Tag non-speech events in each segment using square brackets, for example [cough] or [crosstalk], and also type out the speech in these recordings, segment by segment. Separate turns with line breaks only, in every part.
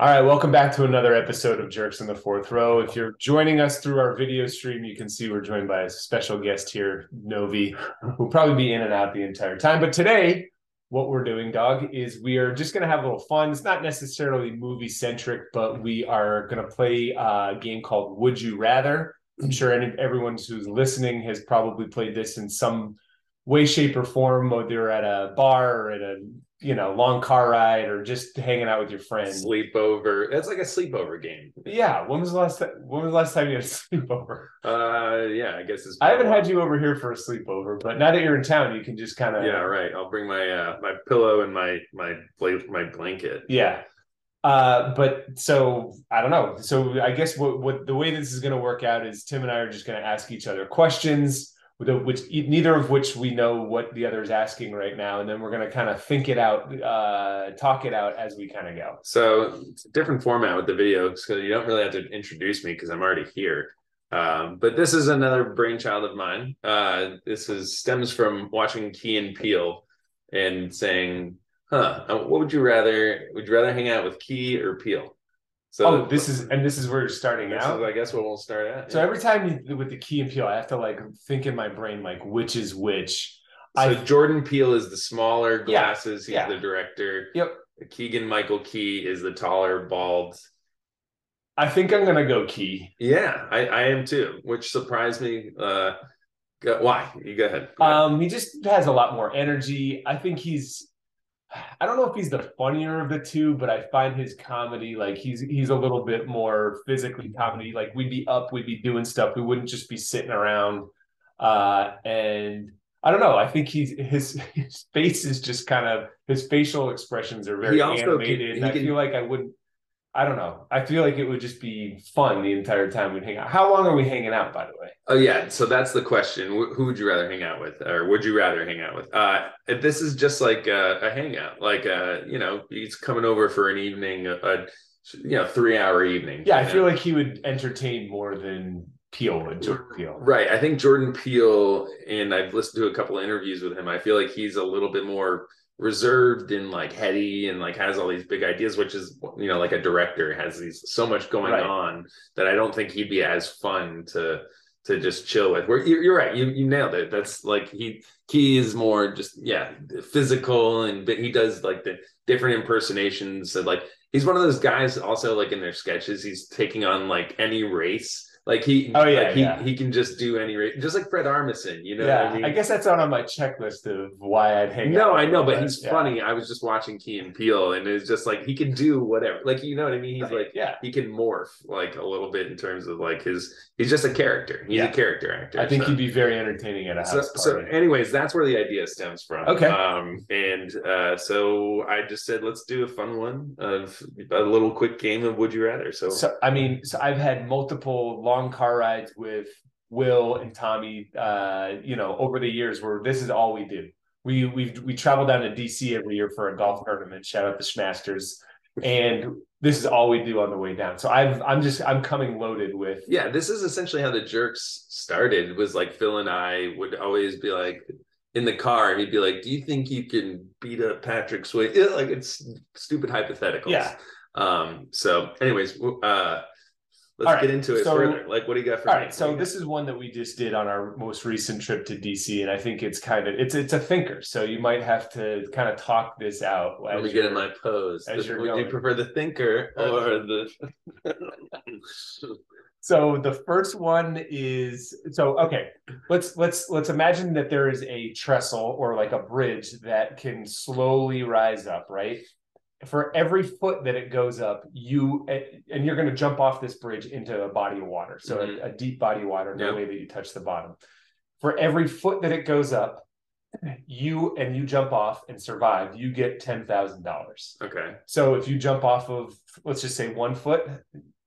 All right, welcome back to another episode of Jerks in the Fourth Row. If you're joining us through our video stream, you can see we're joined by a special guest here, Novi, who'll probably be in and out the entire time. But today, what we're doing, Dog, is we are just going to have a little fun. It's not necessarily movie centric, but we are going to play a game called Would You Rather. I'm sure any, everyone who's listening has probably played this in some way, shape, or form, whether at a bar or at a you know long car ride or just hanging out with your friends.
Sleepover. That's like a sleepover game.
Yeah. When was the last time? When was the last time you had a [laughs] sleepover?
Uh, yeah, I guess it's.
I haven't had you over here for a sleepover, but now that you're in town, you can just kind of
Yeah, right. I'll bring my uh, my pillow and my my bla- my blanket.
yeah. Uh, but so I don't know. So I guess what what the way this is going to work out is Tim and I are just going to ask each other questions, with the- which e- neither of which we know what the other is asking right now, and then we're going to kind of think it out, uh, talk it out as we kind of go.
So it's a different format with the video, so you don't really have to introduce me because I'm already here. Um, but this is another brainchild of mine. Uh, this is stems from watching Key and Peele and saying, "Huh, uh, what would you rather? Would you rather hang out with Key or Peele?" So
oh, this is and this is where you're starting
this
out.
is, I guess, what we'll start at.
So every time you, with the key and peel, I have to like think in my brain like which is which.
So
I-
Jordan Peele is the smaller
Yeah,
glasses. He's
yeah.
the director.
Yep.
Keegan Michael Key is the taller, bald.
I think I'm gonna go key.
Yeah, I, I am too, which surprised me. Uh, go, why? You go ahead.
Um, he just has a lot more energy. I think he's. I don't know if he's the funnier of the two, but I find his comedy like he's he's a little bit more physically comedy. Like we'd be up, we'd be doing stuff. We wouldn't just be sitting around. Uh, and I don't know. I think he's his his face is just kind of his facial expressions are very
He also can-
animated.
he
and I
can-
feel like I wouldn't. I don't know. I feel like it would just be fun the entire time we'd hang out. How long are we hanging out, by the way?
oh yeah, so that's the question. Wh- who would you rather hang out with, or would you rather hang out with? Uh, this is just like a, a hangout, like uh, you know, he's coming over for an evening, a, a you know, three hour evening.
Yeah, I
you know?
feel like he would entertain more than Peel would. Jordan Peel.
Right. I think Jordan Peele, and I've listened to a couple of interviews with him. I feel like he's a little bit more reserved and like heady and like has all these big ideas, which is you know, like a director has these so much going
Right.
on that I don't think he'd be as fun to to just chill with. Where you're, you're right, you you nailed it. That's like he he is more just yeah physical and but he does like the different impersonations and like he's one of those guys also like in their sketches he's taking on like any race like he
Oh, yeah,
like, he,
yeah.
he can just do any race just like fred armisen you know
yeah,
what i mean
guess that's not on my checklist of why I'd hang out.
no i
with
know
him,
but he's
yeah.
funny i was just watching key and peele and it's just like he can do whatever like you know what i mean he's
Right,
like
yeah.
he can morph like a little bit in terms of like his he's just a character he's
Yeah.
a character actor
I think
so.
he'd be very entertaining at a
so,
house
so
party.
anyways that's where the idea stems from
Okay.
um and uh so i just said let's do a fun one of a little quick game of would you rather so,
So, I mean, so I've had multiple long car rides with Will and Tommy. Uh, you know, over the years, where this is all we do. We we we travel down to DC every year for a golf tournament. Shout out the Schmasters, and this is all we do on the way down. So I've I'm just I'm coming loaded with
yeah this is essentially how the jerks started was like phil and i would always be like in the car and he'd be like do you think you can beat up patrick swayze Yeah, like it's stupid hypotheticals
Yeah.
um so anyways w- uh let's
All right,
get into it
so-
further like what do you got for
All
me?
right, so
What do you
this is one that we just did on our most recent trip to DC, and I think it's kind of it's it's a thinker, so you might have to kind of talk this out.
got? let
as
me get in
you're-
my pose
as
This-
you're
would
going.
you prefer the thinker or the
[laughs] So the first one is so okay. Let's let's let's imagine that there is a trestle or like a bridge that can slowly rise up, right? For every foot that it goes up, you and you're going to jump off this bridge into a body of water, so
Mhm.
a, a deep body of water, no
Yeah.
way that you touch the bottom. For every foot that it goes up, you and you jump off and survive, you get ten thousand dollars.
okay
So if you jump off of, let's just say one foot,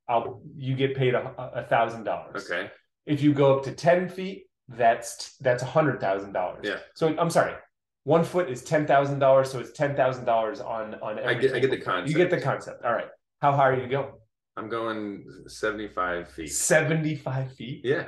I'll, you get paid a a thousand dollars.
okay
If you go up to ten feet, that's that's a hundred thousand dollars.
Yeah.
So I'm sorry, one foot is ten thousand dollars. So it's ten thousand dollars on on.
i
Every
get i get the concept
You get the concept. All right. How high are you going?
i'm going 75 feet
Seventy five feet.
Yeah,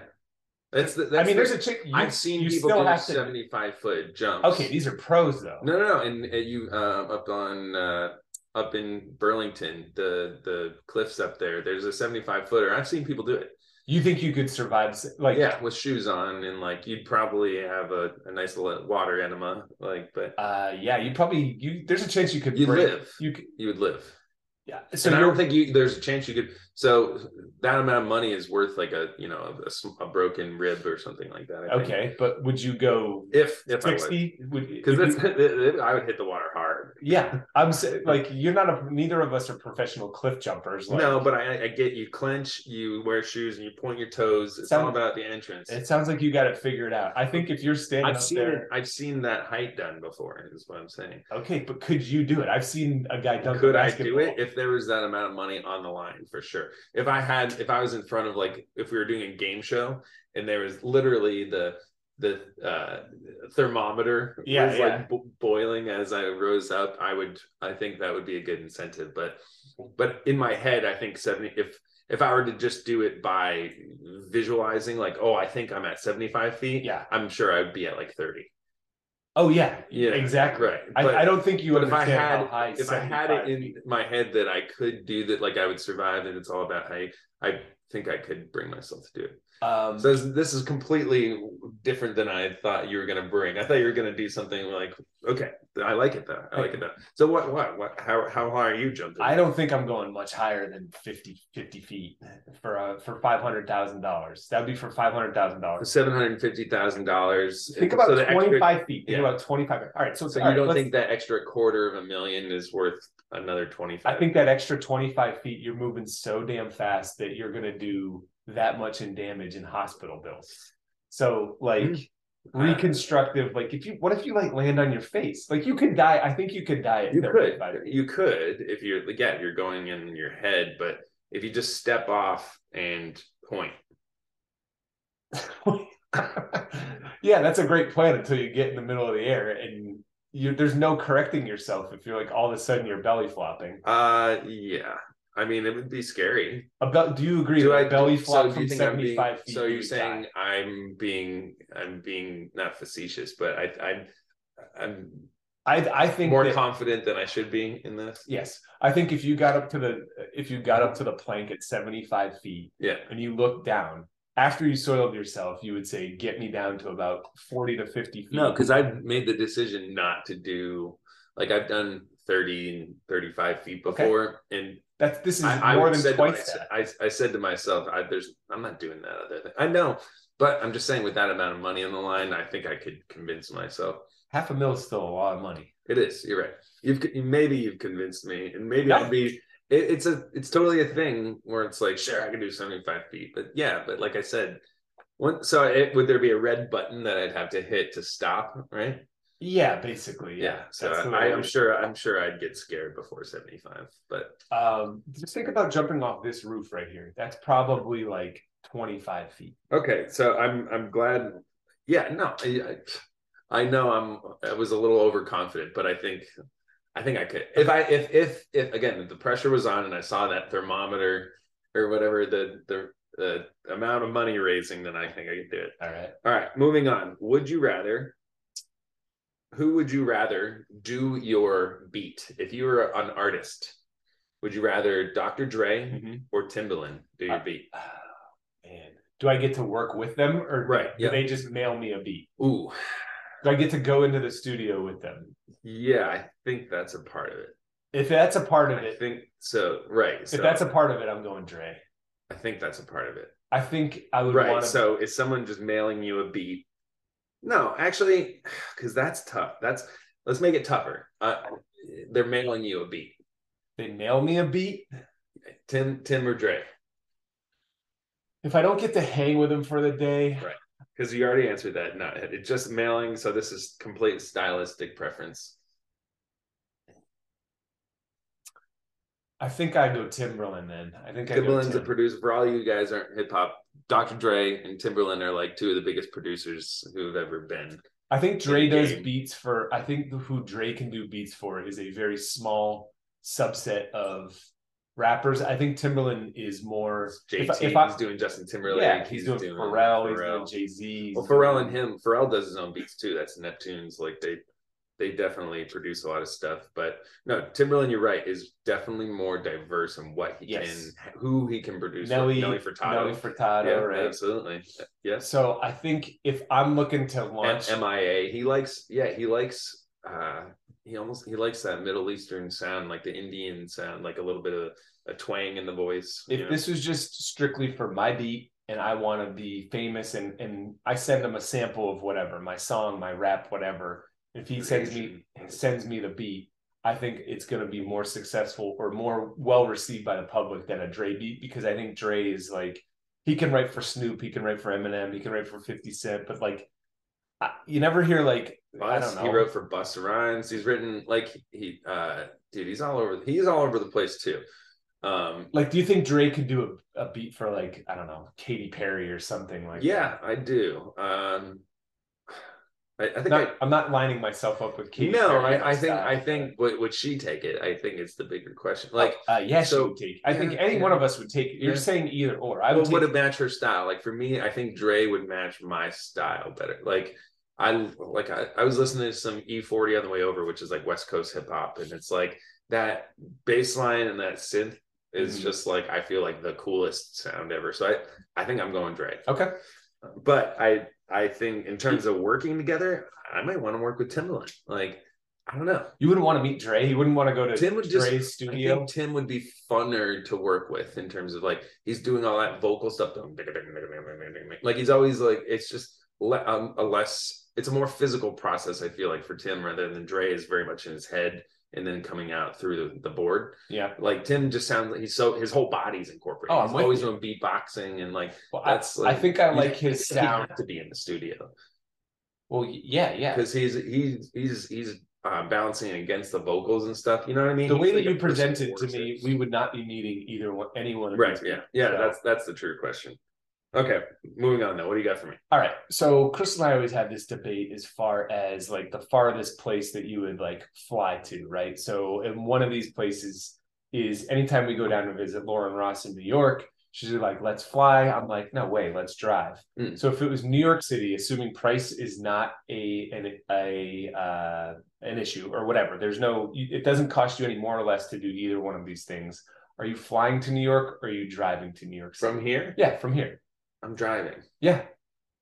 that's the.
I
That's
mean,
the,
there's a chick. You,
I've seen
you
people
still
do
have to.
seventy-five foot jumps.
Okay, these are pros though.
No, no, no, and uh, you um, up on uh, up in Burlington, the the cliffs up there. There's a 75 footer. I've seen people do it.
You think you could survive? Like,
yeah, with shoes on, and like you'd probably have a, a nice little water enema. Like, but
uh, yeah, you probably you. There's a chance you could
you
break-
live.
You could,
You would live.
yeah.
So
So
and I
you're,
don't think you there's a chance you could. So that amount of money is worth like a you know a- a, sm- a broken rib or something like that. I think.
okay, but would you go
If if I would,
sixty? Would
because
if you-
that's [laughs] I would hit the water hard.
yeah. I'm sa- like you're not a. Neither of us are professional cliff jumpers. Like,
No, but I, I get you clench, you wear shoes, and you point your toes. It's all
Some-
about the entrance.
It sounds like you got it figured out. I think if you're standing
I've
up
seen
there,
it. I've seen that height done before. Is what I'm saying.
okay, but could you do it? I've seen a guy dunk. a
Could I do
basketball.
it if there was that amount of money on the line for sure? If I had, if I was in front of like, if we were doing a game show and there was literally the the uh, thermometer
Yeah,
was
yeah.
like bo- boiling as I rose up, I would. I think that would be a good incentive. But but in my head, I think seventy. If if I were to just do it by visualizing, like, oh, I think I'm at seventy five feet.
Yeah.
I'm sure I'd be at like thirty.
Oh yeah,
Yeah,
exactly.
Right.
I,
But-
I don't think you
but if I
understand how
had-
high.
if I had
75
it in my head that I could do that, like I would survive, and it's all about how you, I think I could bring myself to do it.
um,
So this, this is completely different than I thought you were going to bring. I thought you were going to do something like, okay, I like it though. I like it though. So what, what, what, how, how high are you jumping?
I don't think I'm going much higher than 50, 50 feet for uh, for five hundred thousand dollars. That'd be for five hundred thousand dollars.
Seven hundred fifty thousand dollars.
Think about
the
twenty
Extra,
five feet. Think
yeah.
about twenty five. All right, so,
so
all
you
right,
don't
let's-
think that extra quarter of a million is worth another twenty
I
five?
think that extra twenty five feet, you're moving so damn fast that you're gonna do that much in damage in hospital bills. So like.
Hmm. Uh,
Reconstructive, like if you, what if you like land on your face? Like you can die. I think you could die. At
you could
35.
you could if you're again you're going in your head but if you just step off and point
[laughs] yeah, that's a great plan until you get in the middle of the air and you there's no correcting yourself if you're like all of a sudden you're belly flopping.
uh yeah i mean it would be scary
A bel- do you agree
Do
that
I-
a belly
so
flop
do
from
you think I'm being-
75 feet?
so
you
you're
die?
saying i'm being i'm being not facetious but i i'm i'm
I I think
more
that-
confident than i should be in this
yes. I think if you got up to the if you got up to the plank at 75 feet
yeah
and you looked down after you soiled yourself, you would say, "Get me down to about 40 to 50 feet."
No, because I've made the decision not to do like I've done 30 and 35 feet
Okay.
before. And
that's this is
I, I
more
would
than
said to
twice that.
myself- I, I said to myself, I, there's I'm not doing that other thing. I know, but I'm just saying with that amount of money on the line, I think I could convince myself.
Half a mil is still a lot of money.
It is. You're right. You've con- maybe you've convinced me, and maybe
No.
I'll be. It, it's a it's totally a thing where it's like sure I can do 75 feet, but yeah, but like I said, one so it, would there be a red button that I'd have to hit to stop? Right.
Yeah, basically.
Yeah. so
That's the way
I,
it
I'm
is.
sure I'm sure I'd get scared before 75, but
Um, just think about jumping off this roof right here. That's probably like 25 feet.
okay. So I'm I'm glad. Yeah. No. I, I, I know I'm. I was a little overconfident, but I think I think I could. If I if if if again if the pressure was on and I saw that thermometer or whatever the the the amount of money raising, then I think I could do it.
All right.
All right, moving on. Would you rather? Who would you rather do your beat? If you were an artist, would you rather Dr. Dre
Mm-hmm.
or Timbaland do your beat?
Ah, man, do I get to work with them or
Right,
do
yeah.
they just mail me a beat?
Ooh,
Do I get to go into the studio with them?
yeah, I think that's a part of it.
If that's a part of
I
it,
think so. Right. So
if that's a part of it, I'm going Dre.
I think that's a part of it.
I think I would
Right.
want to.
So is someone just mailing you a beat? No, actually, [sighs] because that's tough. That's let's make it tougher. Uh, they're mailing you a beat.
they mail me a beat.
Tim, Tim or Dre?
If I don't get to hang with them for the day,
Because you already answered that. Not it's just mailing. So this is complete stylistic preference.
I think I go Timberland then. I think I
Timberland's
go
a
Tim.
producer. For all you guys aren't hip hop, Dr. Dre and Timberland are like two of the biggest producers who've ever been.
I think Dre does
game.
beats for. I think who Dre can do beats for is a very small subset of rappers. I think Timberland is more.
JT,
If I- if I-
he's doing Justin Timberlake.
yeah, he's, doing, Pharrell, He's doing Jay Z.
Well, Pharrell and him, Pharrell does his own beats too. That's Neptune's. Like they, they definitely produce a lot of stuff. But no, Timberland, you're right, is definitely more diverse in what he
Yes.
can, who he can produce.
Nelly,
Nelly Furtado.
Nelly Furtado,
yeah,
right?
absolutely. Yes.
So I think if I'm looking to launch,
M- MIA. He likes, yeah, he likes uh he almost he likes that Middle Eastern sound, like the Indian sound, like a little bit of a twang in the voice.
if
you know?
this was just strictly for my beat and I want to be famous and and I send him a sample of whatever my song, my rap, whatever. If he sends me sends me the beat, I think it's going to be more successful or more well received by the public than a Dre beat because I think Dre is like he can write for Snoop, he can write for Eminem, he can write for Fifty Cent, but like I, you never hear like I
Bus,
don't know.
he wrote for Busta Rhymes. He's written like he uh dude, he's all over he's all over the place too. Um
like, do you think Dre could do a, a beat for like I don't know Katy Perry or something like?
yeah, I do. Um I, I think
Not-
I
I'm not lining myself up with Katy.
no,
Perry
I, I think
style,
I think would, would she take it? I think it's the bigger question. Like
but, uh, yeah,
so-
she would take. I think
yeah,
any
yeah.
one of us would take. You're
Yeah.
saying either or. I would
what
take.
would have matched her style? Like for me, I think Dre would match my style better. Like I like I, I was listening to some E40 on the way over, which is like West Coast hip hop, and it's like that bass line and that synth is
Mhm.
just like I feel like the coolest sound ever. So I I think I'm going Dre.
okay,
But I I think in terms of working together, I might want to work with Timbaland. Like I don't know.
you wouldn't want to meet Dre. You wouldn't want to go to
Tim would just-
Dre's
I
studio.
think Tim would be funner to work with in terms of like he's doing all that vocal stuff. Like he's always like it's just le- um, a less it's a more physical process I feel like for Tim rather than Dre is very much in his head and then coming out through the, the board.
yeah.
Like Tim just sounds like he's so his whole body's incorporated.
Oh, I'm
he's
with
always
you.
doing beatboxing and like
Well, I,
that's like
I think I
[laughs] you-
like his
you have
sound.
to be in the studio
Well, yeah, yeah.
because he's he's he's he's uh, balancing against the vocals and stuff. You know what I mean?
The
He's
way
like
that you
a person who
presented to
works it.
me, we would not be meeting either one, any one of
Right.
these
Yeah.
So-
Yeah. That's that's the true question. Okay. Moving on though. What do you got for me?
All right. So Chris and I always have this debate as far as like the farthest place that you would like fly to, right? So, and one of these places is anytime we go down to visit Lauren Ross in New York, she's like, let's fly. I'm like, no way, let's drive.
Mm.
So if it was New York City, assuming price is not a an a uh, an issue or whatever, there's no it doesn't cost you any more or less to do either one of these things. Are you flying to New York or are you driving to New York City?
From here,
yeah, from here.
I'm driving.
Yeah.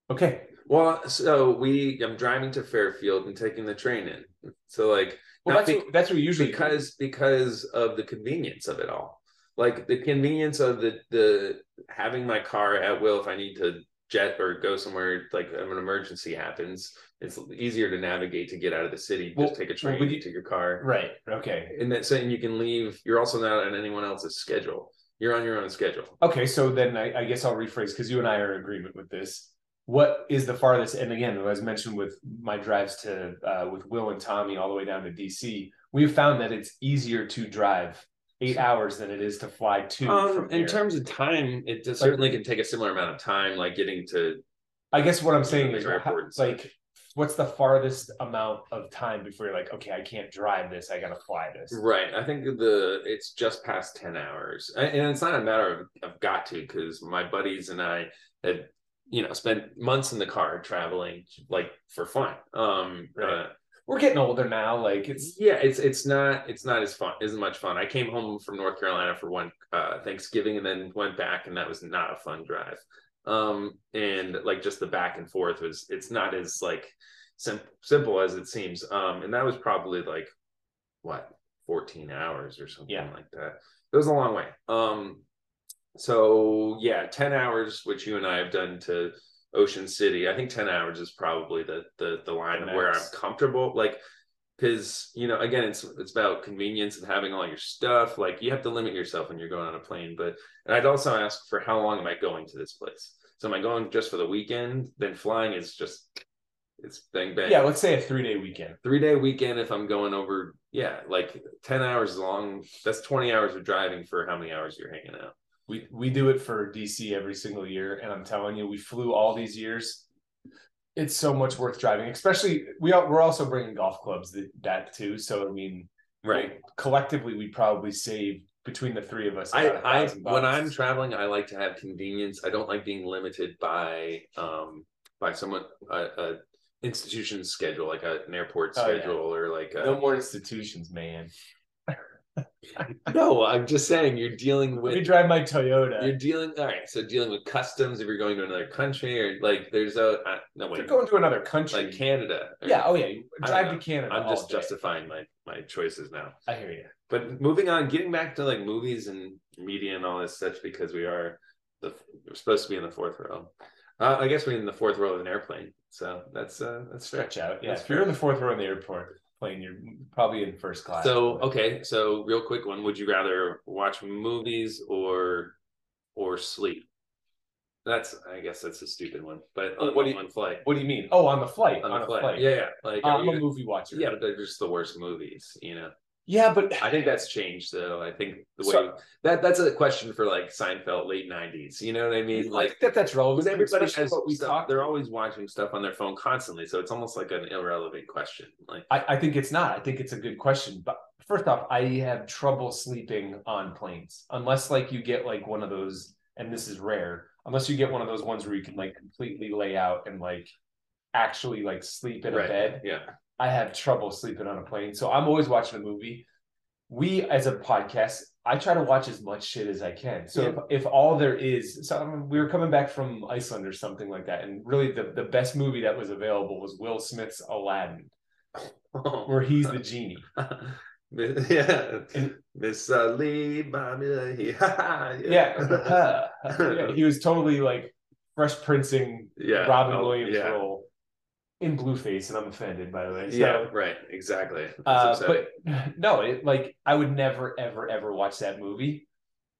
Okay.
Well, so we I'm driving to Fairfield and taking the train in. So like
Well,
Now,
that's,
be-
what, that's what we usually do.
because because of the convenience of it all. Like the convenience of the the having my car at will if I need to jet or go somewhere like if an emergency happens, it's easier to navigate to get out of the city.
Well,
just take a
well,
train,
would you-
take your car.
Right. Okay.
And that's saying you can leave. You're also not on anyone else's schedule. You're on your own schedule.
Okay. So then I, I guess I'll rephrase because you and I are in agreement with this. What is the farthest? And again, as mentioned with my drives to uh, with Will and Tommy all the way down to DC, we've found that it's easier to drive eight hours than it is to fly two.
Um,
from
in
here.
terms of time, it just
Like-
certainly can take a similar amount of time, like getting to.
I guess what I'm saying
Yeah,
is
the airport
how-
and such.
like, what's the farthest amount of time before you're like, okay, I can't drive this, I gotta fly this.
Right, I think the it's just past ten hours, A- and it's not a matter of I've got to because my buddies and I had you know spent months in the car traveling like for fun. Um,
Right.
uh,
We're getting older now, like it's
yeah, it's it's not it's not as fun as much fun. I came home from North Carolina for one uh, Thanksgiving and then went back, and that was not a fun drive. Um, and like just the back and forth was it's not as like sim- simple as it seems. Um, and that was probably like what fourteen hours or something
Yeah.
like that. It was a long way. Um, so yeah, ten hours, which you and I have done to Ocean City. I think ten hours is probably the the the line
The
of where I'm
max.
comfortable. Like because you know again it's it's about convenience and having all your stuff like you have to limit yourself when you're going on a plane but and i'd also ask for how long am i going to this place so am i going just for the weekend then flying is just it's bang bang
yeah, let's say a three day weekend.
three day weekend if i'm going over yeah like 10 hours long that's 20 hours of driving for how many hours you're hanging out
We we do it for DC every single year, and I'm telling you, we flew all these years. It's so much worth driving, especially we are, we're also bringing golf clubs that, that too. So I mean, collectively, we probably save between the three of us.
I,
about a
I
thousand
when
bucks.
I'm traveling, I like to have convenience. I don't like being limited by um by someone a, a institution's schedule, like a, an airport
Oh, yeah.
schedule, or like a,
No more institutions, man.
[laughs] no. I'm just saying you're dealing
Let me
with
drive my Toyota.
you're dealing. All right, so dealing with customs if you're going to another country, or like there's a uh, no
If
wait,
you're going to another country.
like Canada. or-
yeah. Oh yeah. you
I
Drive
don't
to
know.
Canada.
I'm
all
just
day.
justifying my my choices now.
I hear you.
But moving on, getting back to like movies and media and all this such because we are the we're supposed to be in the fourth row. Uh, I guess we're in the fourth row of an airplane, so that's uh, that's fair.
Stretch out. Yeah.
That's
If you're in the fourth row in the airport plane, you're probably in first class.
So okay, so real quick one: Would you rather watch movies or or sleep? That's I guess that's a stupid one, but
Oh,
Uh, what
what
do
do
you on flight?
What do you mean? Oh, on the flight.
On, a flight. Um, yeah, yeah. Like are
I'm
you-
a movie watcher.
yeah, but they're just the worst movies, you know.
Yeah, but
I think that's changed though. I think the way
So-
that that's a question for like Seinfeld late nineties. You know what I mean? Like
like that. That's relevant.
because everybody
especially
has
what we
stuff-
talked-
they're always watching stuff on their phone constantly, so it's almost like an irrelevant question. Like
I, I think it's not. I think it's a good question. But first off, I have trouble sleeping on planes unless like you get like one of those, and this is rare, unless you get one of those ones where you can like completely lay out and like actually like sleep in
Right.
a bed.
yeah, [laughs]
I have trouble sleeping on a plane. So I'm always watching a movie. We as a podcast, I try to watch as much shit as I can. So if, if all there is, so I mean, we were coming back from Iceland or something like that, and really the, the best movie that was available was Will Smith's Aladdin, where he's the genie.
yeah.
And-
Miss uh, Lee, Bobby, Lee. [laughs] yeah,
yeah. [laughs] Yeah, he was totally like fresh princing
[laughs] Yeah.
Robin
Oh,
Williams
yeah.
role in Blueface, and I'm offended by the way. So,
yeah, right, exactly. That's
uh,
upsetting.
but [laughs] no, it, like I would never, ever, ever watch that movie.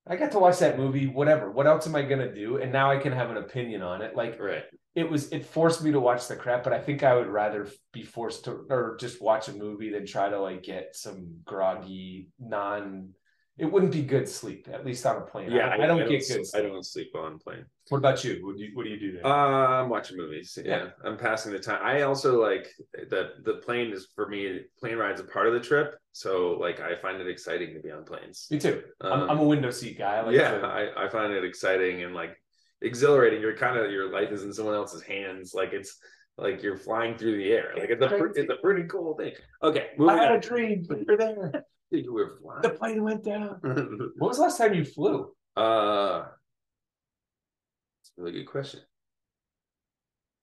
I got to watch that movie. Whatever. What else am I gonna do? And now I can have an opinion on it. Like
right,
it was, it forced me to watch the crap. But I think I would rather be forced to, or just watch a movie than try to like get some groggy, non. It wouldn't be good sleep, at least on a plane.
yeah.
I don't, I don't get good.
s- I
Sleep.
don't sleep while I'm playing.
What about you? What do you, what do, you do there?
Uh, I'm watching movies. Yeah.
Yeah.
I'm passing the time. I also like the the plane is for me. Plane rides a part of the trip, so like I find it exciting to be on planes.
Me too. I'm,
Um,
I'm a window seat guy. I like
yeah,
to-
I, I find it exciting and like exhilarating. You're kind of your life is in someone else's hands. Like it's like you're flying through the air. Like it's a pr-
Crazy.
it's a pretty cool thing. Okay,
I
moving
had a
on.
dream, but you're there.
You were
The
flying.
plane went down. When was the last time you flew?
[laughs] uh, it's a really good question.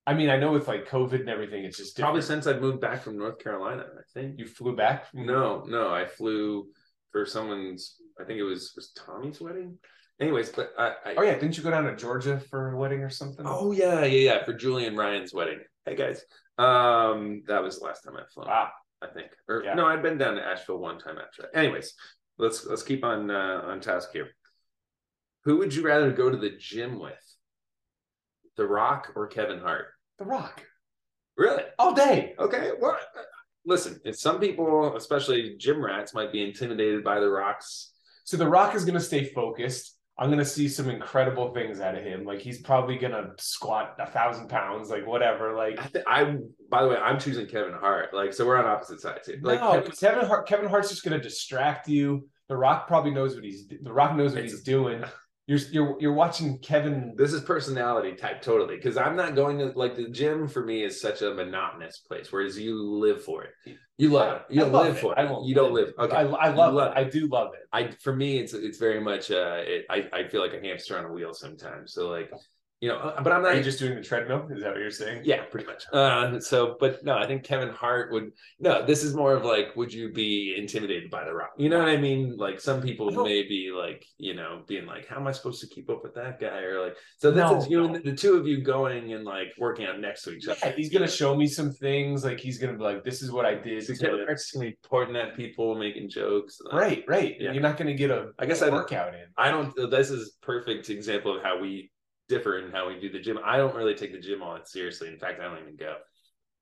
I mean, I know with like COVID and everything, it's just
Probably
different.
since I've moved back from North Carolina, I think.
you flew back. from-
No, no, I flew for someone's. I think it was was Tommy's wedding. Anyways, but I. I
Oh yeah, didn't you go down to Georgia for a wedding or something?
Oh yeah, yeah, yeah. For Julie and Ryan's wedding. Hey guys, um, that was the last time I flew.
Wow.
I think. Or
Yeah.
no, I'd been down to Asheville one time after that. Anyways, let's let's keep on uh, on task here. Who would you rather go to the gym with? The Rock or Kevin Hart?
The Rock
Really?
all day.
Okay. Well, uh, listen. If some people, especially gym rats, might be intimidated by The Rock's
So The Rock is gonna stay focused. I'm gonna see some incredible things out of him. Like he's probably gonna squat a thousand pounds, like whatever. Like
I, th- I by the way, I'm choosing Kevin Hart. Like, so we're on opposite sides here. Like,
no,
Kevin,
Kevin Hart, Kevin Hart's just gonna distract you. The Rock probably knows what he's. The Rock knows what
It's-
he's doing. You're you're you're watching Kevin.
this is personality type totally. Because I'm not going to like the gym for me is such a monotonous place. Whereas you live for it. You love it. You
I love
live for it.
I won't-
you don't live. Okay.
I, I love,
You love
it. I do love it.
I for me it's it's very much uh it, I I feel like a hamster on a wheel sometimes. So like you know, uh, but I'm
Are
not
you just doing the treadmill? Is that what you're saying?
Yeah, pretty much. Uh, so, but no, I think Kevin Hart would. No, this is more of like, would you be intimidated by The Rock? You know what I mean? Like, some people
I don't-
may be like, you know, being like, how am I supposed to keep up with that guy? Or like, so this
No,
is you
no.
and the two of you going and like working out next to each other.
Yeah, he's gonna show me some things. Like he's gonna be like, "This is what I did."
So
to
Kevin
it."
Hart's gonna be pointing at people, making jokes. Like,
Right, right.
Yeah.
You're not gonna get a.
I guess
a
I-
workout in.
I don't. This is perfect example of how we differ in how we do the gym. I don't really take the gym all that seriously. In fact, I don't even go.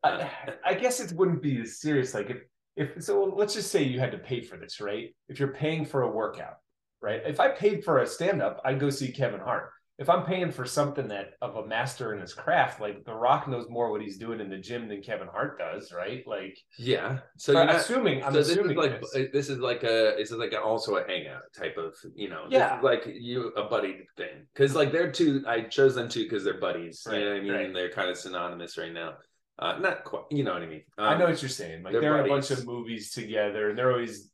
I, I guess it wouldn't be as serious. Like if if so, let's just say you had to pay for this, right? If you're paying for a workout, right? If I paid for a stand up, I'd go see Kevin Hart. If I'm paying for something that of a master in his craft, like The Rock knows more what he's doing in the gym than Kevin Hart does, right? Like,
Yeah.
so
So you're
I'm
not-
assuming, I'm
so this is
assuming
like uh,
this.
this is like a this is like a, also a hangout type of you know
Yeah.
this is like you a buddy thing because like they're two I chose them two because they're buddies you
Right,
know what I mean
right.
they're kind of synonymous right now Uh, not quite, you know what I mean. Um,
I know what you're saying. Like
they're
they're in a bunch
buddies.
of movies together, and they're always,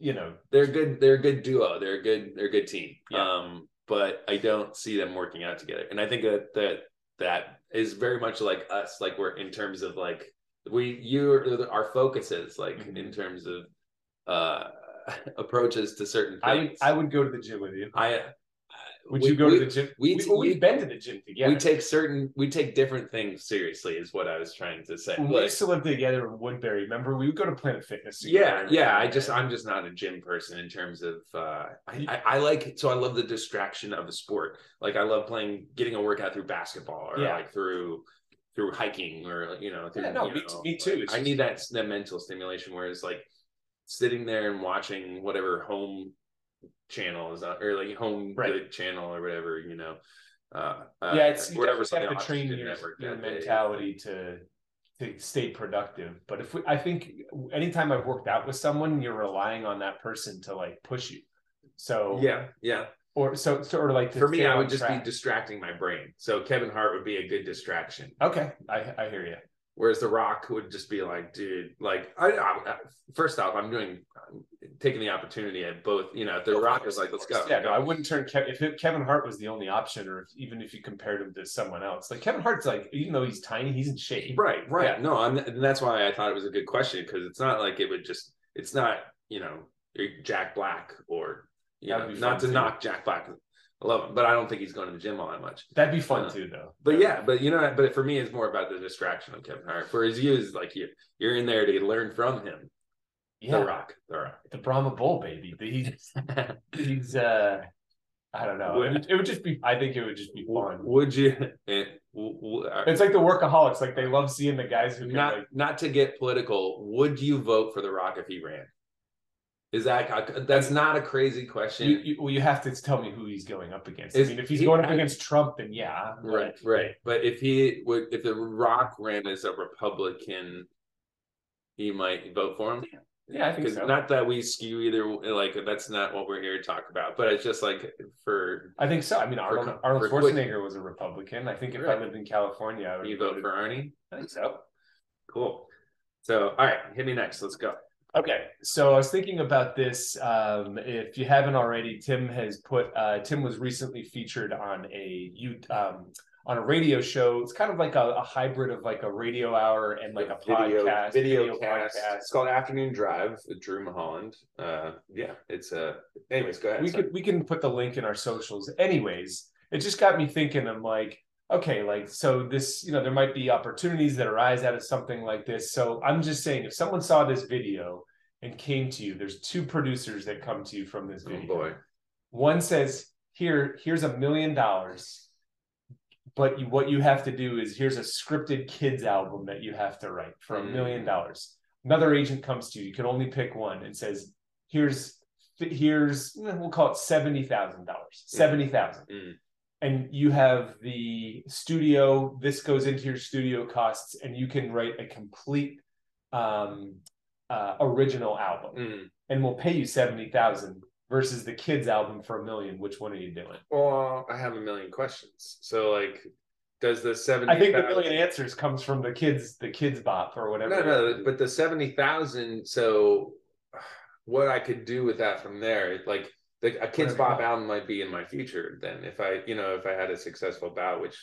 you know,
they're a good. They're a good duo. They're a good. They're a good team.
Yeah.
Um, but I don't see them working out together. And I think that that that is very much like us. Like we're in terms of like we you our focuses like
Mhm.
in terms of uh [laughs] approaches to certain
I would
things.
I would go to the gym with you.
I,
Would
we-
you go
we-
to the gym?
we-
We, we,
we-
have been to the gym together.
We take certain, we take different things seriously, is what I was trying to say.
When we
Like,
used to live together in Woodbury. Remember, we would go to Planet Fitness. together
yeah,
and
yeah. I
everything.
just, I'm just not a gym person in terms of, uh, I, I, I like, so I love the distraction of a sport. Like, I love playing, getting a workout through basketball or
Yeah.
like through, through hiking or, you know, through,
Yeah, no,
you
me-
know,
me too.
like,
It's
I need that, that mental stimulation, whereas like sitting there and watching whatever home channel is on, or like home
Right.
good channel or whatever, you know. Uh, uh,
yeah, it's you
whatever
definitely
something
have to
on
train
Oxygen
your,
Network
your
that day.
mentality to to stay productive. But if we, I think anytime I've worked out with someone, you're relying on that person to like push you. So
Yeah, yeah.
or so sort of like to
For me,
stay
I
on
would just
track.
be distracting my brain. So Kevin Hart would be a good distraction,
okay. I I hear you.
whereas The Rock would just be like, dude, like I, I I- first off, I'm doing I'm taking the opportunity at both. You know, if The
Of
Rock
course,
is like,
of
let's go.
course. Yeah, no, I wouldn't turn Kev- if it, Kevin Hart was the only option, or if, even if you compared him to someone else. Like Kevin Hart's like, even though he's tiny, he's in shape.
Right, right.
Yeah.
No, I'm, and that's why I thought it was a good question because it's not like it would just. It's not you know Jack Black or you
That'd
know
be
not
fun
to
too.
knock Jack Black. I love him, but I don't think he's going to the gym all that much.
That'd be fun
Uh,
too, though.
But yeah, but you know, but for me, it's more about the distraction of Kevin Hart. Whereas you is like you, you're in there to learn from him.
yeah,
The Rock, The Rock.
the Brahma Bull baby. He's
[laughs]
he's uh, I don't know. It would, it would just be. I think it would just be
W-
fun.
Would you? [laughs] and w- w- uh,
It's like the workaholics. Like they love seeing the guys who can
not
like.
not to get political. Would you vote for The Rock if he ran? Is that I- that's not a crazy question?
You, you, well, you have to tell me who he's going up against. I
Is-
mean, if he's
he-
going up against Trump, then yeah, I'm
right,
like,
right. But if he would, if The Rock ran as a Republican, he might vote for him.
Yeah, I think
because
so.
not that we skew either like that's not what we're here to talk about but it's just like for
I think so. I mean, Arnold,
co-
Arnold
for quick-
Schwarzenegger was a Republican. I think if
Right.
I lived in California, I would
you vote for arnie
I think so.
cool so all right hit me next let's go
Okay, so I was thinking about this. Um, if you haven't already, Tim has put. Uh, Tim was recently featured on a you um, on a radio show. It's kind of like a, a hybrid of like a radio hour and like a podcast,
video, cast. it's called afternoon drive with drew maholland uh yeah it's uh anyways go ahead
we
Sorry.
could we can put the link in our socials anyways it just got me thinking i'm like okay like so this you know there might be opportunities that arise out of something like this so i'm just saying if someone saw this video and came to you there's two producers that come to you from this video
oh boy
one says here here's a million dollars but you, what you have to do is here's a scripted kids album that you have to write for a million
Mm.
dollars another agent comes to you you can only pick one and says here's here's we'll call it seventy thousand dollars seventy thousand
Mm.
and you have the studio this goes into your studio costs and you can write a complete um uh, original album
Mm.
and we'll pay you 70,000 versus the kids album for a million which one are you doing
well i have a million questions so like does the 70
i think the million answers comes from the kids the kids bop or whatever
No, no, but the seventy thousand. So, [sighs] what I could do with that from there, like the, a
Whatever
Kids
you
Bob
want.
album might be in my future. Then, if I, you know, if I had a successful bout, which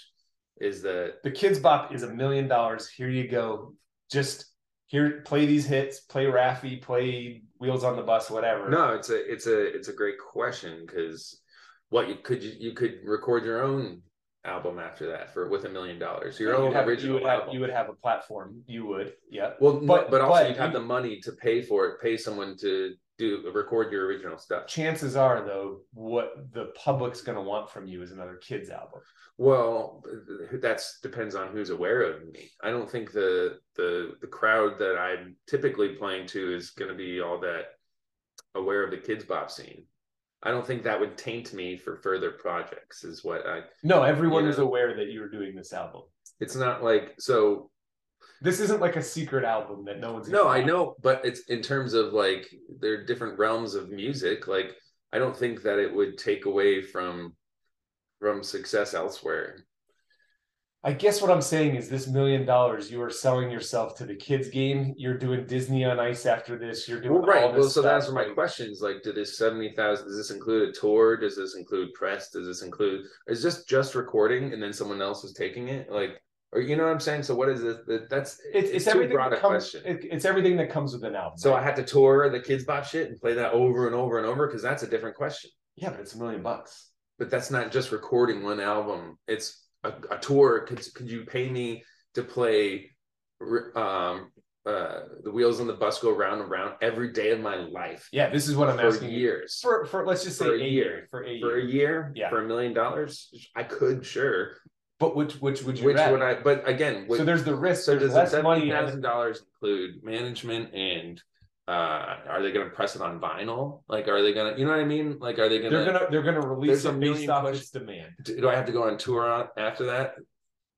is the
the kids bop is a million dollars here you go just here play these hits play Raffy, play wheels on the bus whatever
no, it's a, it's a, it's a great question because what you could you, you could record your own album after that for with a million dollars, your
you
own
would have,
original
you would have
album.
you would have a platform you would yeah
well, no,
but-
but, also
but
you'd have
you-
the money to pay for it, pay someone to do record your original stuff.
chances are though what the public's going to want from you is another kids album
Well, that's depends on who's aware of me. I don't think the the the crowd that I'm typically playing to is going to be all that aware of the kids bop scene. I don't think that would taint me for further projects. Is what I.
no everyone
Yeah.
is aware that you're doing this album
It's not like so.
this isn't like a secret album that no one's gonna
No, I
buy.
know, but it's in terms of like there are different realms of music. Like I don't think that it would take away from from success elsewhere.
I guess what I'm saying is this million dollars you are selling yourself to the kids game. You're doing Disney on Ice after this. You're doing
Well, right.
All this
Well, so
stuff.
that's my questions. Like, do this seventy thousand? Does this include a tour? Does this include press? Does this include? Is this just recording and then someone else is taking it? Like, or you know what I'm saying? So what is this? that- That's
It's, it's,
too
everything
broad
that
a
comes.
question.
It, it's everything that comes with an album.
so I had to tour the Kids Bop shit and play that over and over and over because that's a different question.
yeah, but it's a million bucks.
But that's not just recording one album. It's a, a tour. Could could you pay me to play? re- Um, uh, the wheels on the bus go round and round every day of my life
Yeah, this is what I'm
for
asking. you.
years.
For for let's just say
For a
a
year.
year for a
for a
year.
year
Yeah.
for a million dollars i could sure
But which which would you?
which
rather?
would i but again what,
so there's the risk.
so
there's
does the
less money.
seventy
and-
thousand dollars include management and uh are they gonna press it on vinyl like are they gonna you know what i mean like are they gonna,
They're gonna they're gonna release
There's a
it based
million
off
questions.
its demand.
do do i have to go on tour on, after that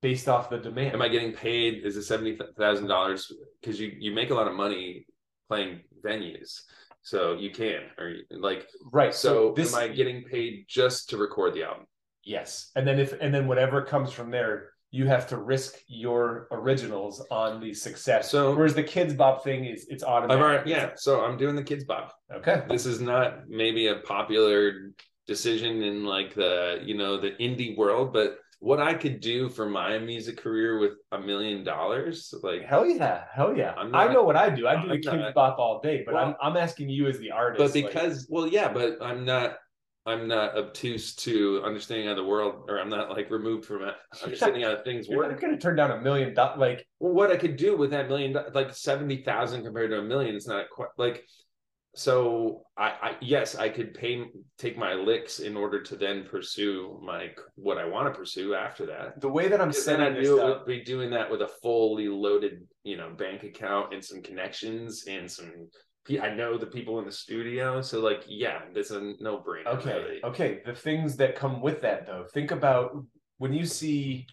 Based off the demand.
am i getting paid is it seventy thousand dollars because you you make a lot of money playing venues so you can or you- like
right?
so,
this
am i getting paid just to record the album
Yes. And then if and then whatever comes from there, you have to risk your originals on the success.
So-
whereas the kids bop thing is it's
i've
automatic.
already yeah so i'm doing the kids bop
Okay.
this is not maybe a popular decision in like the you know the indie world but what i could do for my music career with a million dollars like
Hell yeah. Hell yeah.
I'm not-
I know what I do. I do the
I'm
kids
not-
bop all day, but
Well-
I'm I'm asking you as the artist.
but
like,
because well yeah but i'm not i'm not obtuse to understanding how the world or i'm not like removed from
[laughs]
it understanding how things
you're
work
not gonna turn down a million dollars like
well, what i could do with that million do- like 70000 compared to a million it's not quite like so I, I yes i could pay take my licks in order to then pursue my what i want to pursue after that
the way that I'm
Because then I
setting this
knew it
up.
would be doing that with a fully loaded, you know, bank account and some connections and some. pe- I know the people in the studio, so like, yeah, that's a no brainer.
Okay. Okay. The things that come with that though. Think about when you see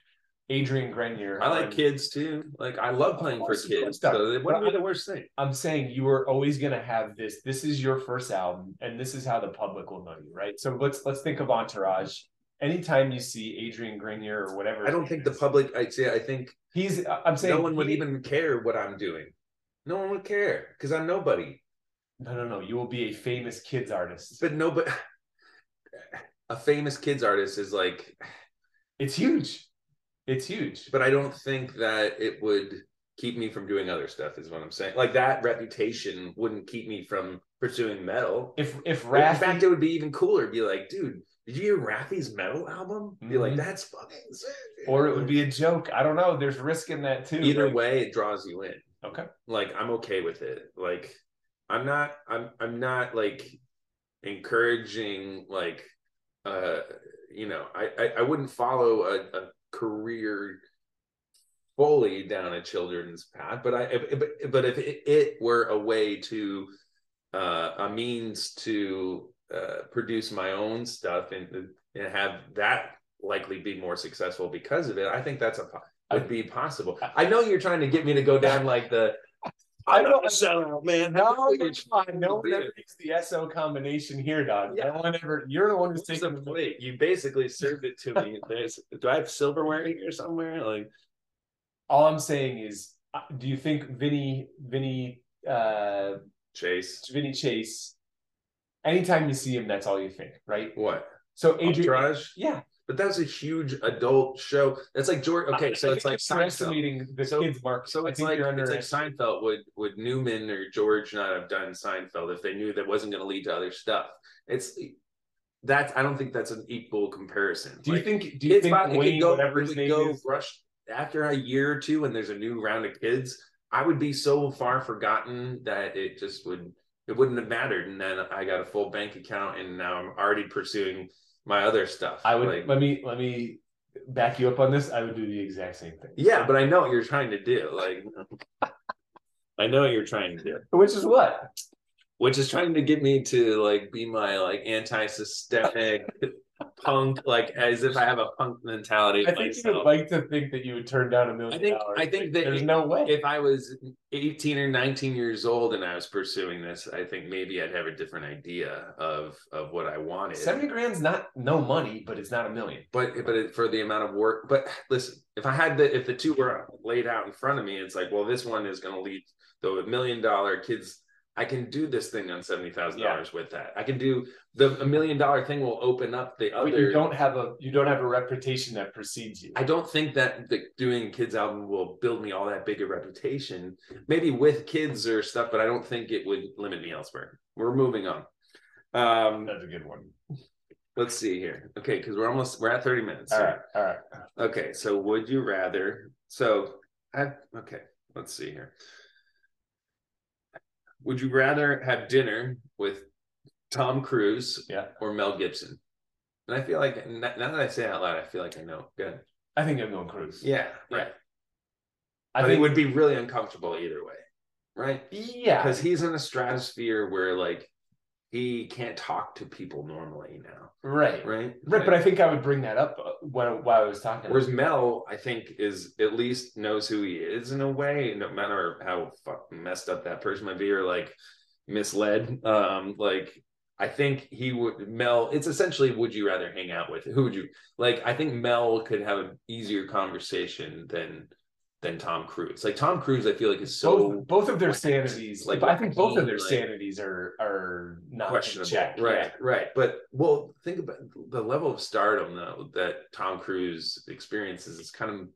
Adrian Grenier.
I like
on-
kids too. Like, I love playing
Of
for
course, of
kids.
course, Doug.
So it wouldn't
But
be the worst thing.
I'm saying you are always going to have this. This is your first album, and this is how the public will know you, right? So let's let's think of Entourage. Anytime you see Adrian Grenier or whatever,
I don't think the
his
public. I say I think
name is, he's. I'm saying
no one would
he-
even care what I'm doing. No one would care because I'm nobody.
No, no, no. You will be a famous kids artist.
But [sighs] nobody. A famous kids artist is like
it's huge. It's huge.
but I don't think that it would keep me from doing other stuff. Is what I'm saying. Like that reputation wouldn't keep me from pursuing metal.
if if
In fact,
Rafi,
it would be even cooler. Be like, dude, did you hear Rafi's metal album? Be like,
Mhm.
that's fucking sick.
or it would be a joke. I don't know. There's risk in that too.
either
Like,
way. It draws you in.
Okay.
Like I'm okay with it. Like I'm not. I'm I'm not like encouraging like uh you know I I, I wouldn't follow a, a career fully down a children's path but I if- if- but if it, it were a way to uh a means to uh produce my own stuff and and have that likely be more successful because of it I think that's a po- would be possible I know you're trying to get me to go down like the
I
I'm not [laughs]
don't-
a sellout, man
No, no,
You're
no, no one
Yeah.
ever makes the SO combination here, dog.
Yeah.
No one ever. You're the one who's
What's
taking
the
the
plate? You basically served it to me. There's, do I have silverware here somewhere? Like,
all I'm saying is, uh, do you think Vinny, Vinny, uh,
Chase.
Vinny Chase? Anytime you see him, that's all you think, right?
What?
So Adrian,
Entourage?
yeah,
But that's a huge adult show. That's like George. Okay, so
I
it's
think
like
you're
Seinfeld.
underestimating the
So-
kids market.
So
I
it's
think
like
you're
it's like
underestimating-
Seinfeld. Would would Newman or George not have done Seinfeld if they knew that wasn't going to lead to other stuff? It's that's. I don't think that's an equal comparison.
Do you
Like,
think? Do you
Kids
think
Bop, it could
Wayne,
go-
whatever
it
his
could
name
go
is,
rush after a year or two and there's a new round of kids i would be so far forgotten that it just would it wouldn't have mattered and then i got a full bank account and now i'm already pursuing my other stuff
I would
Like,
let me let me back you up on this. I would do the exact same thing.
yeah but i know what you're trying to do like i know what you're trying to do
Which is what?
which is trying to get me to like be my like anti-systemic punk, like as if I have a punk mentality.
I think you would
myself.
like to think that you would turn down a million
I think-
dollars.
I think
but
that
there's no way.
if I was 18 or 19 years old and I was pursuing this, I think maybe I'd have a different idea of of what I wanted.
Seventy grand's not no money, but it's not a million.
but but it, for the amount of work, but listen, if I had the if the two were laid out in front of me, it's like, well, this one is going to lead the million dollar kids. I can do this thing on seventy thousand dollars with that. I can do the a million dollar thing will open up the
But you
other.
don't have a you don't have a reputation that precedes you.
I don't think that the doing kids album will build me all that big a reputation. Maybe with kids or stuff, but I don't think it would limit me elsewhere. We're moving on. Um,
That's a good one.
let's see here. Okay, because we're almost we're at thirty minutes.
All right, all right.
Okay, so would you rather? So I okay, let's see here. Would you rather have dinner with Tom Cruise
Yeah.
or Mel Gibson? And I feel like n- now that I say it out loud, I feel like I know. Good.
I think I'm going cruise.
Yeah. Right.
I
but
think
it would be really uncomfortable either way, right?
yeah.
Because he's in a stratosphere where like he can't talk to people normally now,
Right. right.
right?
but I think I would bring that up uh, when while I was talking.
Whereas Mel, I think, is at least knows who he is in a way, no matter how fuck messed up that person might be or like misled. Um, like I think he would Mel. It's essentially would you rather hang out with? Who would you like? I think Mel could have an easier conversation than than Tom Cruise. Like Tom Cruise, I feel like is so
both both of their
like-
sanities,
like,
like I think both of their
like-
sanities are are not in
questionable,
check.
right?
Yeah.
Right. But well, think about the level of stardom though that Tom Cruise experiences. It's kind of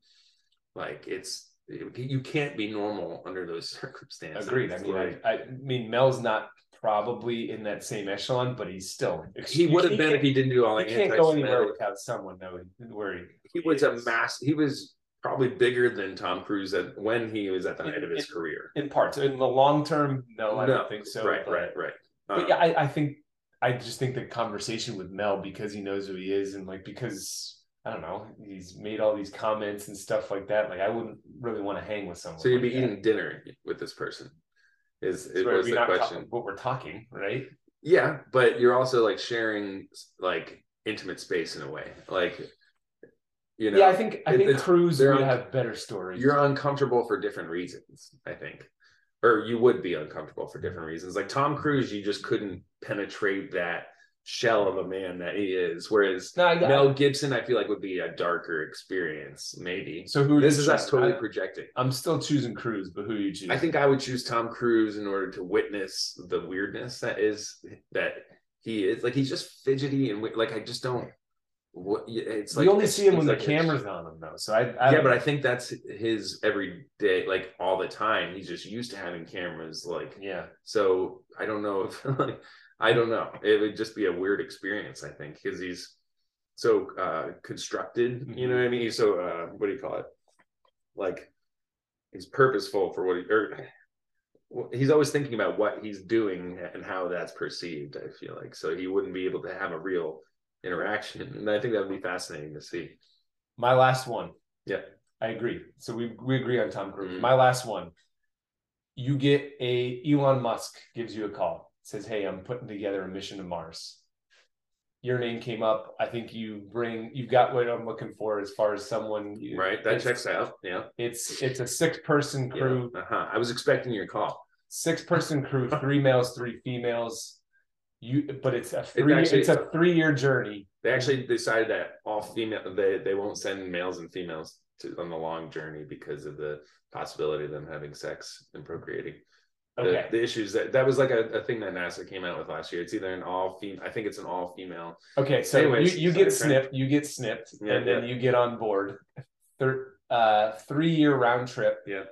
like it's you can't be normal under those [laughs] circumstances.
Agreed. I mean,
Like,
I, I mean, Mel's not probably in that same echelon, but he's still.
he would have been if he didn't do all
He
that.
can't go anywhere
anti-Semitic.
without someone knowing where he.
He was a mass. He was probably bigger than Tom Cruise at, when he was at the height of his
In-
career.
In parts, in the long term, no, I
No,
don't think so.
right,
but-
right, right.
But
Um,
yeah, I, I think I just think the conversation with Mel because he knows who he is and like because I don't know he's made all these comments and stuff like that. Like I wouldn't really want to hang with someone.
so you'd be
like that.
eating dinner with this person. Is
That's
it
where
was
we
the
not
question?
talk- what we're talking, right?
Yeah, but you're also like sharing like intimate space in a way. Like, you know,
yeah, I think I
it-
think
it's-
Cruz
they're
would
on-
have better stories.
you're uncomfortable for different reasons, I think. Or you would be uncomfortable for different reasons. Like Tom
Mm-hmm.
Cruise, you just couldn't penetrate that shell of a man that he is. Whereas
no, I, I-
Mel Gibson, I feel like would be a darker experience, maybe.
so who?
This is us totally
I,
projecting.
I'm still choosing Cruz, but who you choose?
I think I would choose Tom Cruise in order to witness the weirdness that is that he is. Like he's just fidgety and we- like I just don't. What it's like
we only
it's-
see him
it's
when
like
the
a-
camera's on him, though. So I, I
yeah, but I think that's his everyday, like all the time. He's just used to having cameras. Like
yeah,
so, I don't know if [laughs] like I don't know. It would just be a weird experience. I think because he's so uh constructed. You know what I mean? He's so uh what do you call it? Like he's purposeful for what he or well, he's always thinking about what he's doing and how that's perceived. I feel like so he wouldn't be able to have a real interaction, and I think that would be fascinating to see.
my last one.
Yeah.
I agree. So we we agree on Tom Cruise.
Mhm.
My last one. You get a Elon Musk gives you a call, says, "Hey, I'm putting together a mission to Mars." Your name came up. I think you bring you've got what I'm looking for as far as someone. You,
Right, that
it's-
checks out. Yeah.
It's it's a six person crew.
Yeah. Uh-huh. I was expecting your call.
six person
[laughs]
crew, three males, three females. You, but it's a three. It's,
actually-
a three year journey.
They actually decided that all female they they won't send males and females to, on the long journey because of the possibility of them having sex and procreating. The,
Okay,
the issues that that was like a, a thing that NASA came out with last year. It's either an all female. I think it's an all female.
okay. So
Anyways,
you, you get
sorry, Frank.
snipped. You get snipped,
Yeah,
and then you get on board. Thir- uh, three year round trip.
Yeah.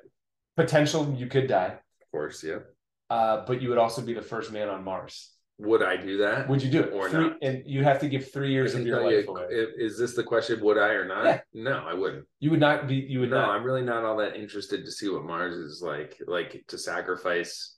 Potential you could die,
Of course, yeah.
uh, but you would also be the first man on Mars.
Would I do that?
Would you do it?
Or
three,
not.
And you have to give three years
I
of
can
your
tell you,
life away.
if- is this the question? Would I or not?
Yeah.
No, I wouldn't.
You would not be. You would
no,
not.
I'm really not all that interested to see what Mars is like. Like to sacrifice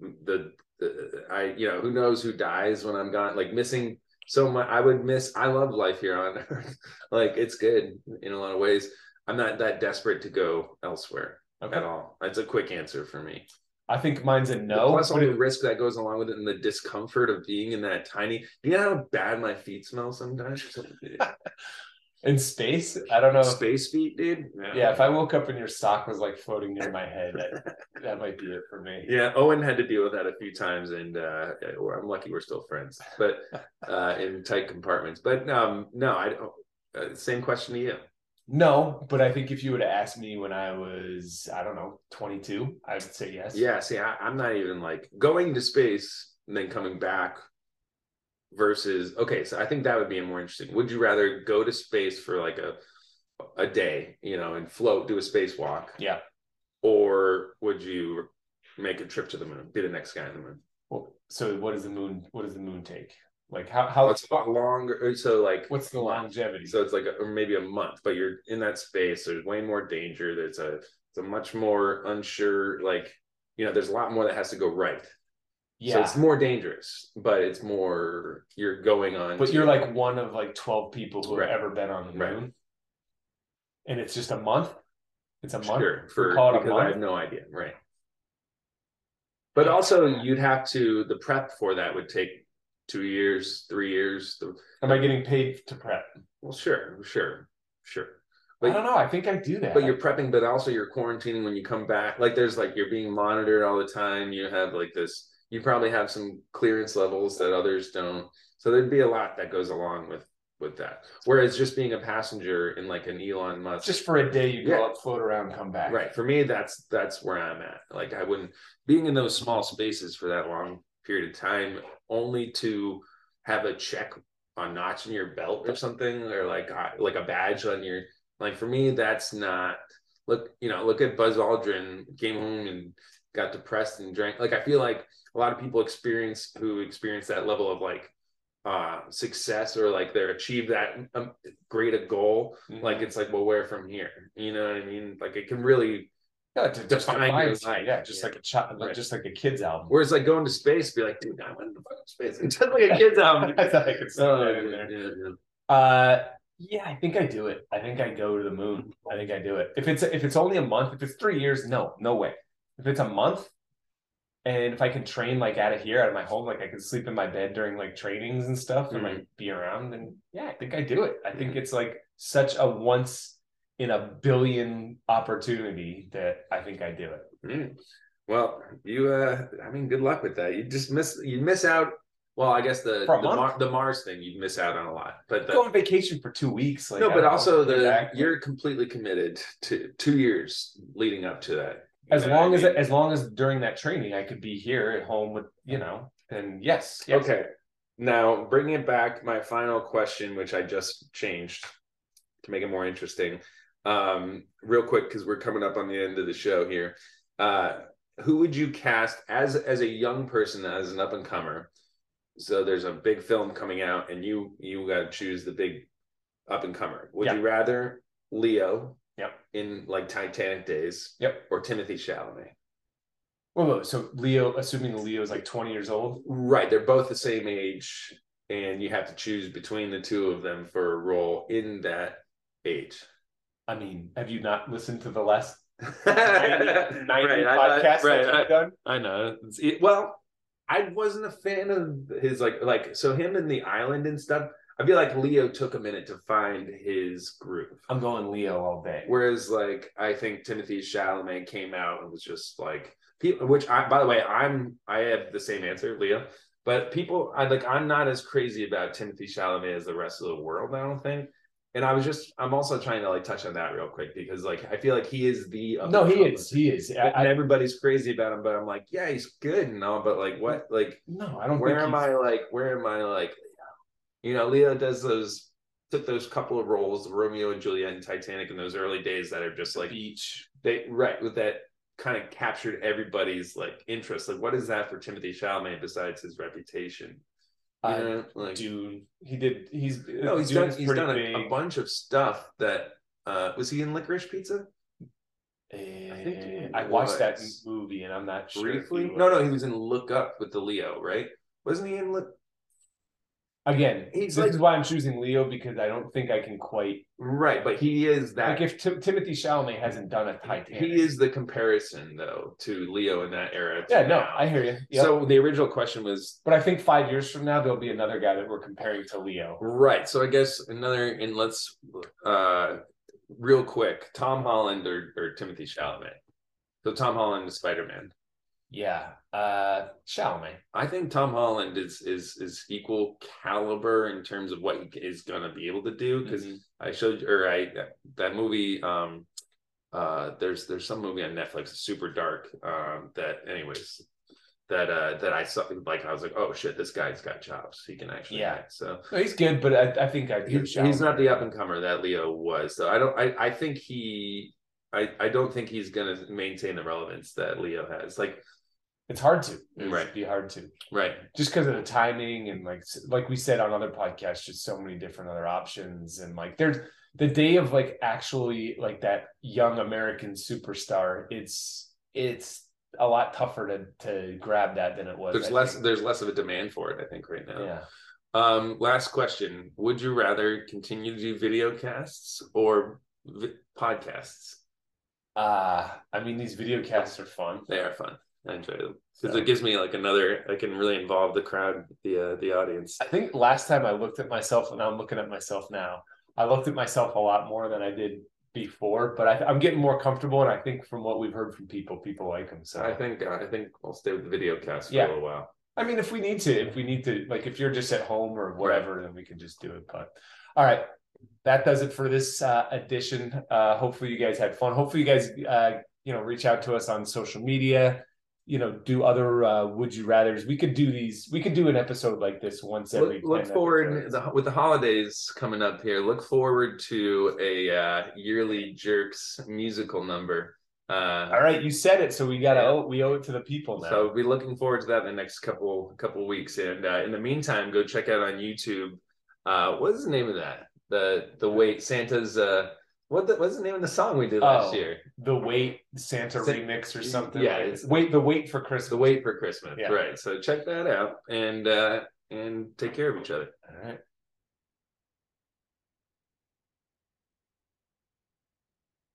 the, the I you know who knows who dies when I'm gone. Like missing so much, I would miss. I love life here on [laughs] Earth. like it's good in a lot of ways. I'm not that desperate to go elsewhere
Okay.
at all. That's a quick answer for me.
I think mine's a no.
Plus all
but
the
it-
risk that goes along with it and the discomfort of being in that tiny. Do you know how bad my feet smell
[laughs]
sometimes?
in space, I don't know. if-
Space feet, dude.
Uh, Yeah, if I woke up and your sock was like floating near my head,
[laughs]
that, that might be it for me.
Yeah, Owen had to deal with that a few times, and uh, we're- I'm lucky we're still friends,
[laughs]
but uh, in tight compartments. But um, no, I don't. Uh, same question to you.
No, but I think if you would have asked me when I was, I don't know, 22, I would say yes.
Yeah, see, I, I'm not even like going to space and then coming back versus okay. So I think that would be more interesting. Would you rather go to space for like a a day, you know, and float, do a spacewalk?
Yeah.
Or would you make a trip to the moon, be the next guy on the moon?
Well, so what does the moon? What does the moon take? Like how how
What's longer? uh, So like,
what's the longevity?
So it's like a, or maybe a month, but you're in that space. There's way more danger. There's a it's a much more unsure. Like you know, there's a lot more that has to go right. So
yeah,
it's more dangerous, but it's more you're going on.
but
to-
you're like one of like 12 people who
Right.
have ever been on the
Right.
moon, and it's just a month. It's a month.
sure for
call it a
because I
month?
have no idea, right? But also, you'd have to the prep for that would take two years, three years. The,
Am I getting paid to prep?
well, sure, sure, sure. But-
I don't know. I think I do that.
But you're prepping, but also you're quarantining when you come back. Like there's like you're being monitored all the time. You have like this. You probably have some clearance levels that others don't. So there'd be a lot that goes along with with that. Whereas just being a passenger in like an Elon Musk,
just for a day, you go
Yeah.
up, float around, come back.
right? For me, that's that's where I'm at. Like I wouldn't being in those small spaces for that long period of time, only to have a check on notch in your belt or something, or like uh, like a badge on your like for me, that's not look, you know, look at Buzz Aldrin came home and got depressed and drank. Like I feel like a lot of people experience who experience that level of like uh success or like they're achieved that um, great a goal.
Mhm.
Like it's like, well, where from here? You know what I mean? Like it can really
Yeah, to just
Define
define
your
it.
life.
Yeah, just
Yeah.
like a child,
Right.
just like a kid's album.
whereas like going to space, be like, dude, I went to fucking space. [laughs] It's just like a kid's
[laughs]
um, album.
I thought I could say
Oh,
that in
yeah,
there.
yeah, yeah.
Uh, yeah, I think I do it. I think I go to the moon. I think I do it. If it's if it's only a month, if it's three years, no, no way. If it's a month, and if I can train like out of here, out of my home, like I can sleep in my bed during like trainings and stuff, and
Mm-hmm.
like be around, then yeah, I think I do it. I think it's like such a once in a billion opportunity that I think I do it.
Mm. Well, you uh I mean good luck with that. You just miss you miss out well, I guess the the,
For a month?
Mar- the Mars thing you'd miss out on a lot. But the,
Go on vacation for two weeks, like
no,
I
but
don't
also
know,
the
back-
you're completely committed to 2 years leading up to that.
as
You know
long
what
as
I mean?
as long as during that training I could be here at home with you know, then yes, yes.
Okay. Now, bringing it back, my final question, which I just changed to make it more interesting, um, real quick, because we're coming up on the end of the show here. Uh, who would you cast as as a young person, as an up and comer? So there's a big film coming out, and you you got to choose the big up and comer. Would
Yeah.
you rather Leo?
Yep.
In like Titanic days.
Yep.
Or Timothy Chalamet.
Whoa, whoa, so Leo, assuming Leo is like 20 years old.
Right, they're both the same age, and you have to choose between the two of them for a role in that age.
I mean, have you not listened to the [laughs] last 90, 90
Right, I- I-
podcast
right,
that
I-
I've done?
I know. It's- it- well, I wasn't a fan of his like like so him and the island and stuff. I feel like Leo took a minute to find his groove,
I'm going Leo all day.
whereas like I think Timothy Chalamet came out and was just like people. Which I, by the way, I'm I have the same answer, Leo. But people, I like I'm not as crazy about Timothy Chalamet as the rest of the world. I don't think. And I was just I'm also trying to like touch on that real quick because like I feel like he is the
No, he is. He is. I,
and
I,
everybody's crazy about him, but I'm like, yeah, he's good and all, but like, what? Like,
no, I don't
where
think
am
he's-
I? Like, where am I? Like, you know, Leo does those took those couple of roles, Romeo and Juliet and Titanic, in those early days that are just like
beach.
they right with that kind of captured everybody's like interest. Like, what is that for Timothy Chalamet besides his reputation? You
Uh,
know, like,
Dune. He did. He's
no, he's
Dune's
done he's
pretty
done
big.
a, a bunch of stuff that. Uh, was he in Licorice Pizza? think he
Eh, I watched that
was.
movie and I'm not sure. if he
briefly.
was.
No, no, he was in Look Up with the Leo, right? Wasn't he in Look?
Again,
He's
this
like-
is why I'm choosing Leo because I don't think I can quite
Right, but he is that
like if Tim Timothy Chalamet hasn't done a Titanic.
he is the comparison though to Leo in that era. to
yeah, no,
now.
I hear you. Yep.
So the original question was
but I think five years from now there'll be another guy that we're comparing to Leo.
right. So I guess another and let's uh real quick, Tom Holland or, or Timothy Chalamet. So Tom Holland is Spider Man.
Yeah, uh, Chalamet.
I think Tom Holland is is is equal caliber in terms of what he is gonna be able to do because
Mhm.
I showed or I that movie. Um, uh, there's there's some movie on Netflix, it's super dark. Um, that anyways, that uh that I saw like I was like, oh shit, this guy's got chops. He can actually
Yeah.
act. So
No, he's good, but I, I think I'd give
he's, he's
Chalamet.
not the up and comer that Leo was. So I don't. I I think he. I, I don't think he's gonna maintain the relevance that Leo has. Like
It's hard to. It'd
Right.
be hard to.
right,
just because of the timing and like like we said on other podcasts just so many different other options and like there's the day of like actually like that young american superstar it's it's a lot tougher to to grab that than it was
there's
I
less
think.
there's less of a demand for it. I think right now.
yeah
Um, last question: Would you rather continue to do video casts or vi- podcasts?
uh i mean these video casts are fun
They are fun. I enjoy them because
So-
it gives me like another. I can really involve the crowd, the uh, the audience.
i think last time i looked at myself and i'm looking at myself now i looked at myself a lot more than i did before but I, i'm getting more comfortable and i think from what we've heard from people people like them so
I think uh, I think I'll stay with the video cast for
Yeah.
a little while.
I mean, if we need to, if we need to, like if you're just at home or whatever, then we can just do it. But all right, that does it for this uh, edition. Uh, hopefully, you guys had fun. Hopefully, you guys, uh, you know, reach out to us on social media. You know, do other uh, would you rather's. We could do these. We could do an episode like this once every.
Look, look
10
forward
episodes.
the, with the holidays coming up here. Look forward to a uh, yearly Jerks musical number. Uh,
All right, you said it, so we gotta
Yeah.
owe, we owe it to the people now.
So be looking forward to that in the next couple couple weeks. And uh, in the meantime, go check out on YouTube. Uh, what is the name of that? The the wait Santa's uh what the, what's the name of the song we did last
Oh.
year?
the wait Santa
Sa-
remix or something.
Yeah,
like-
it's-
wait the wait for Christmas.
The Wait for Christmas.
Yeah.
Right. So check that out and uh and take care of each other.
All right.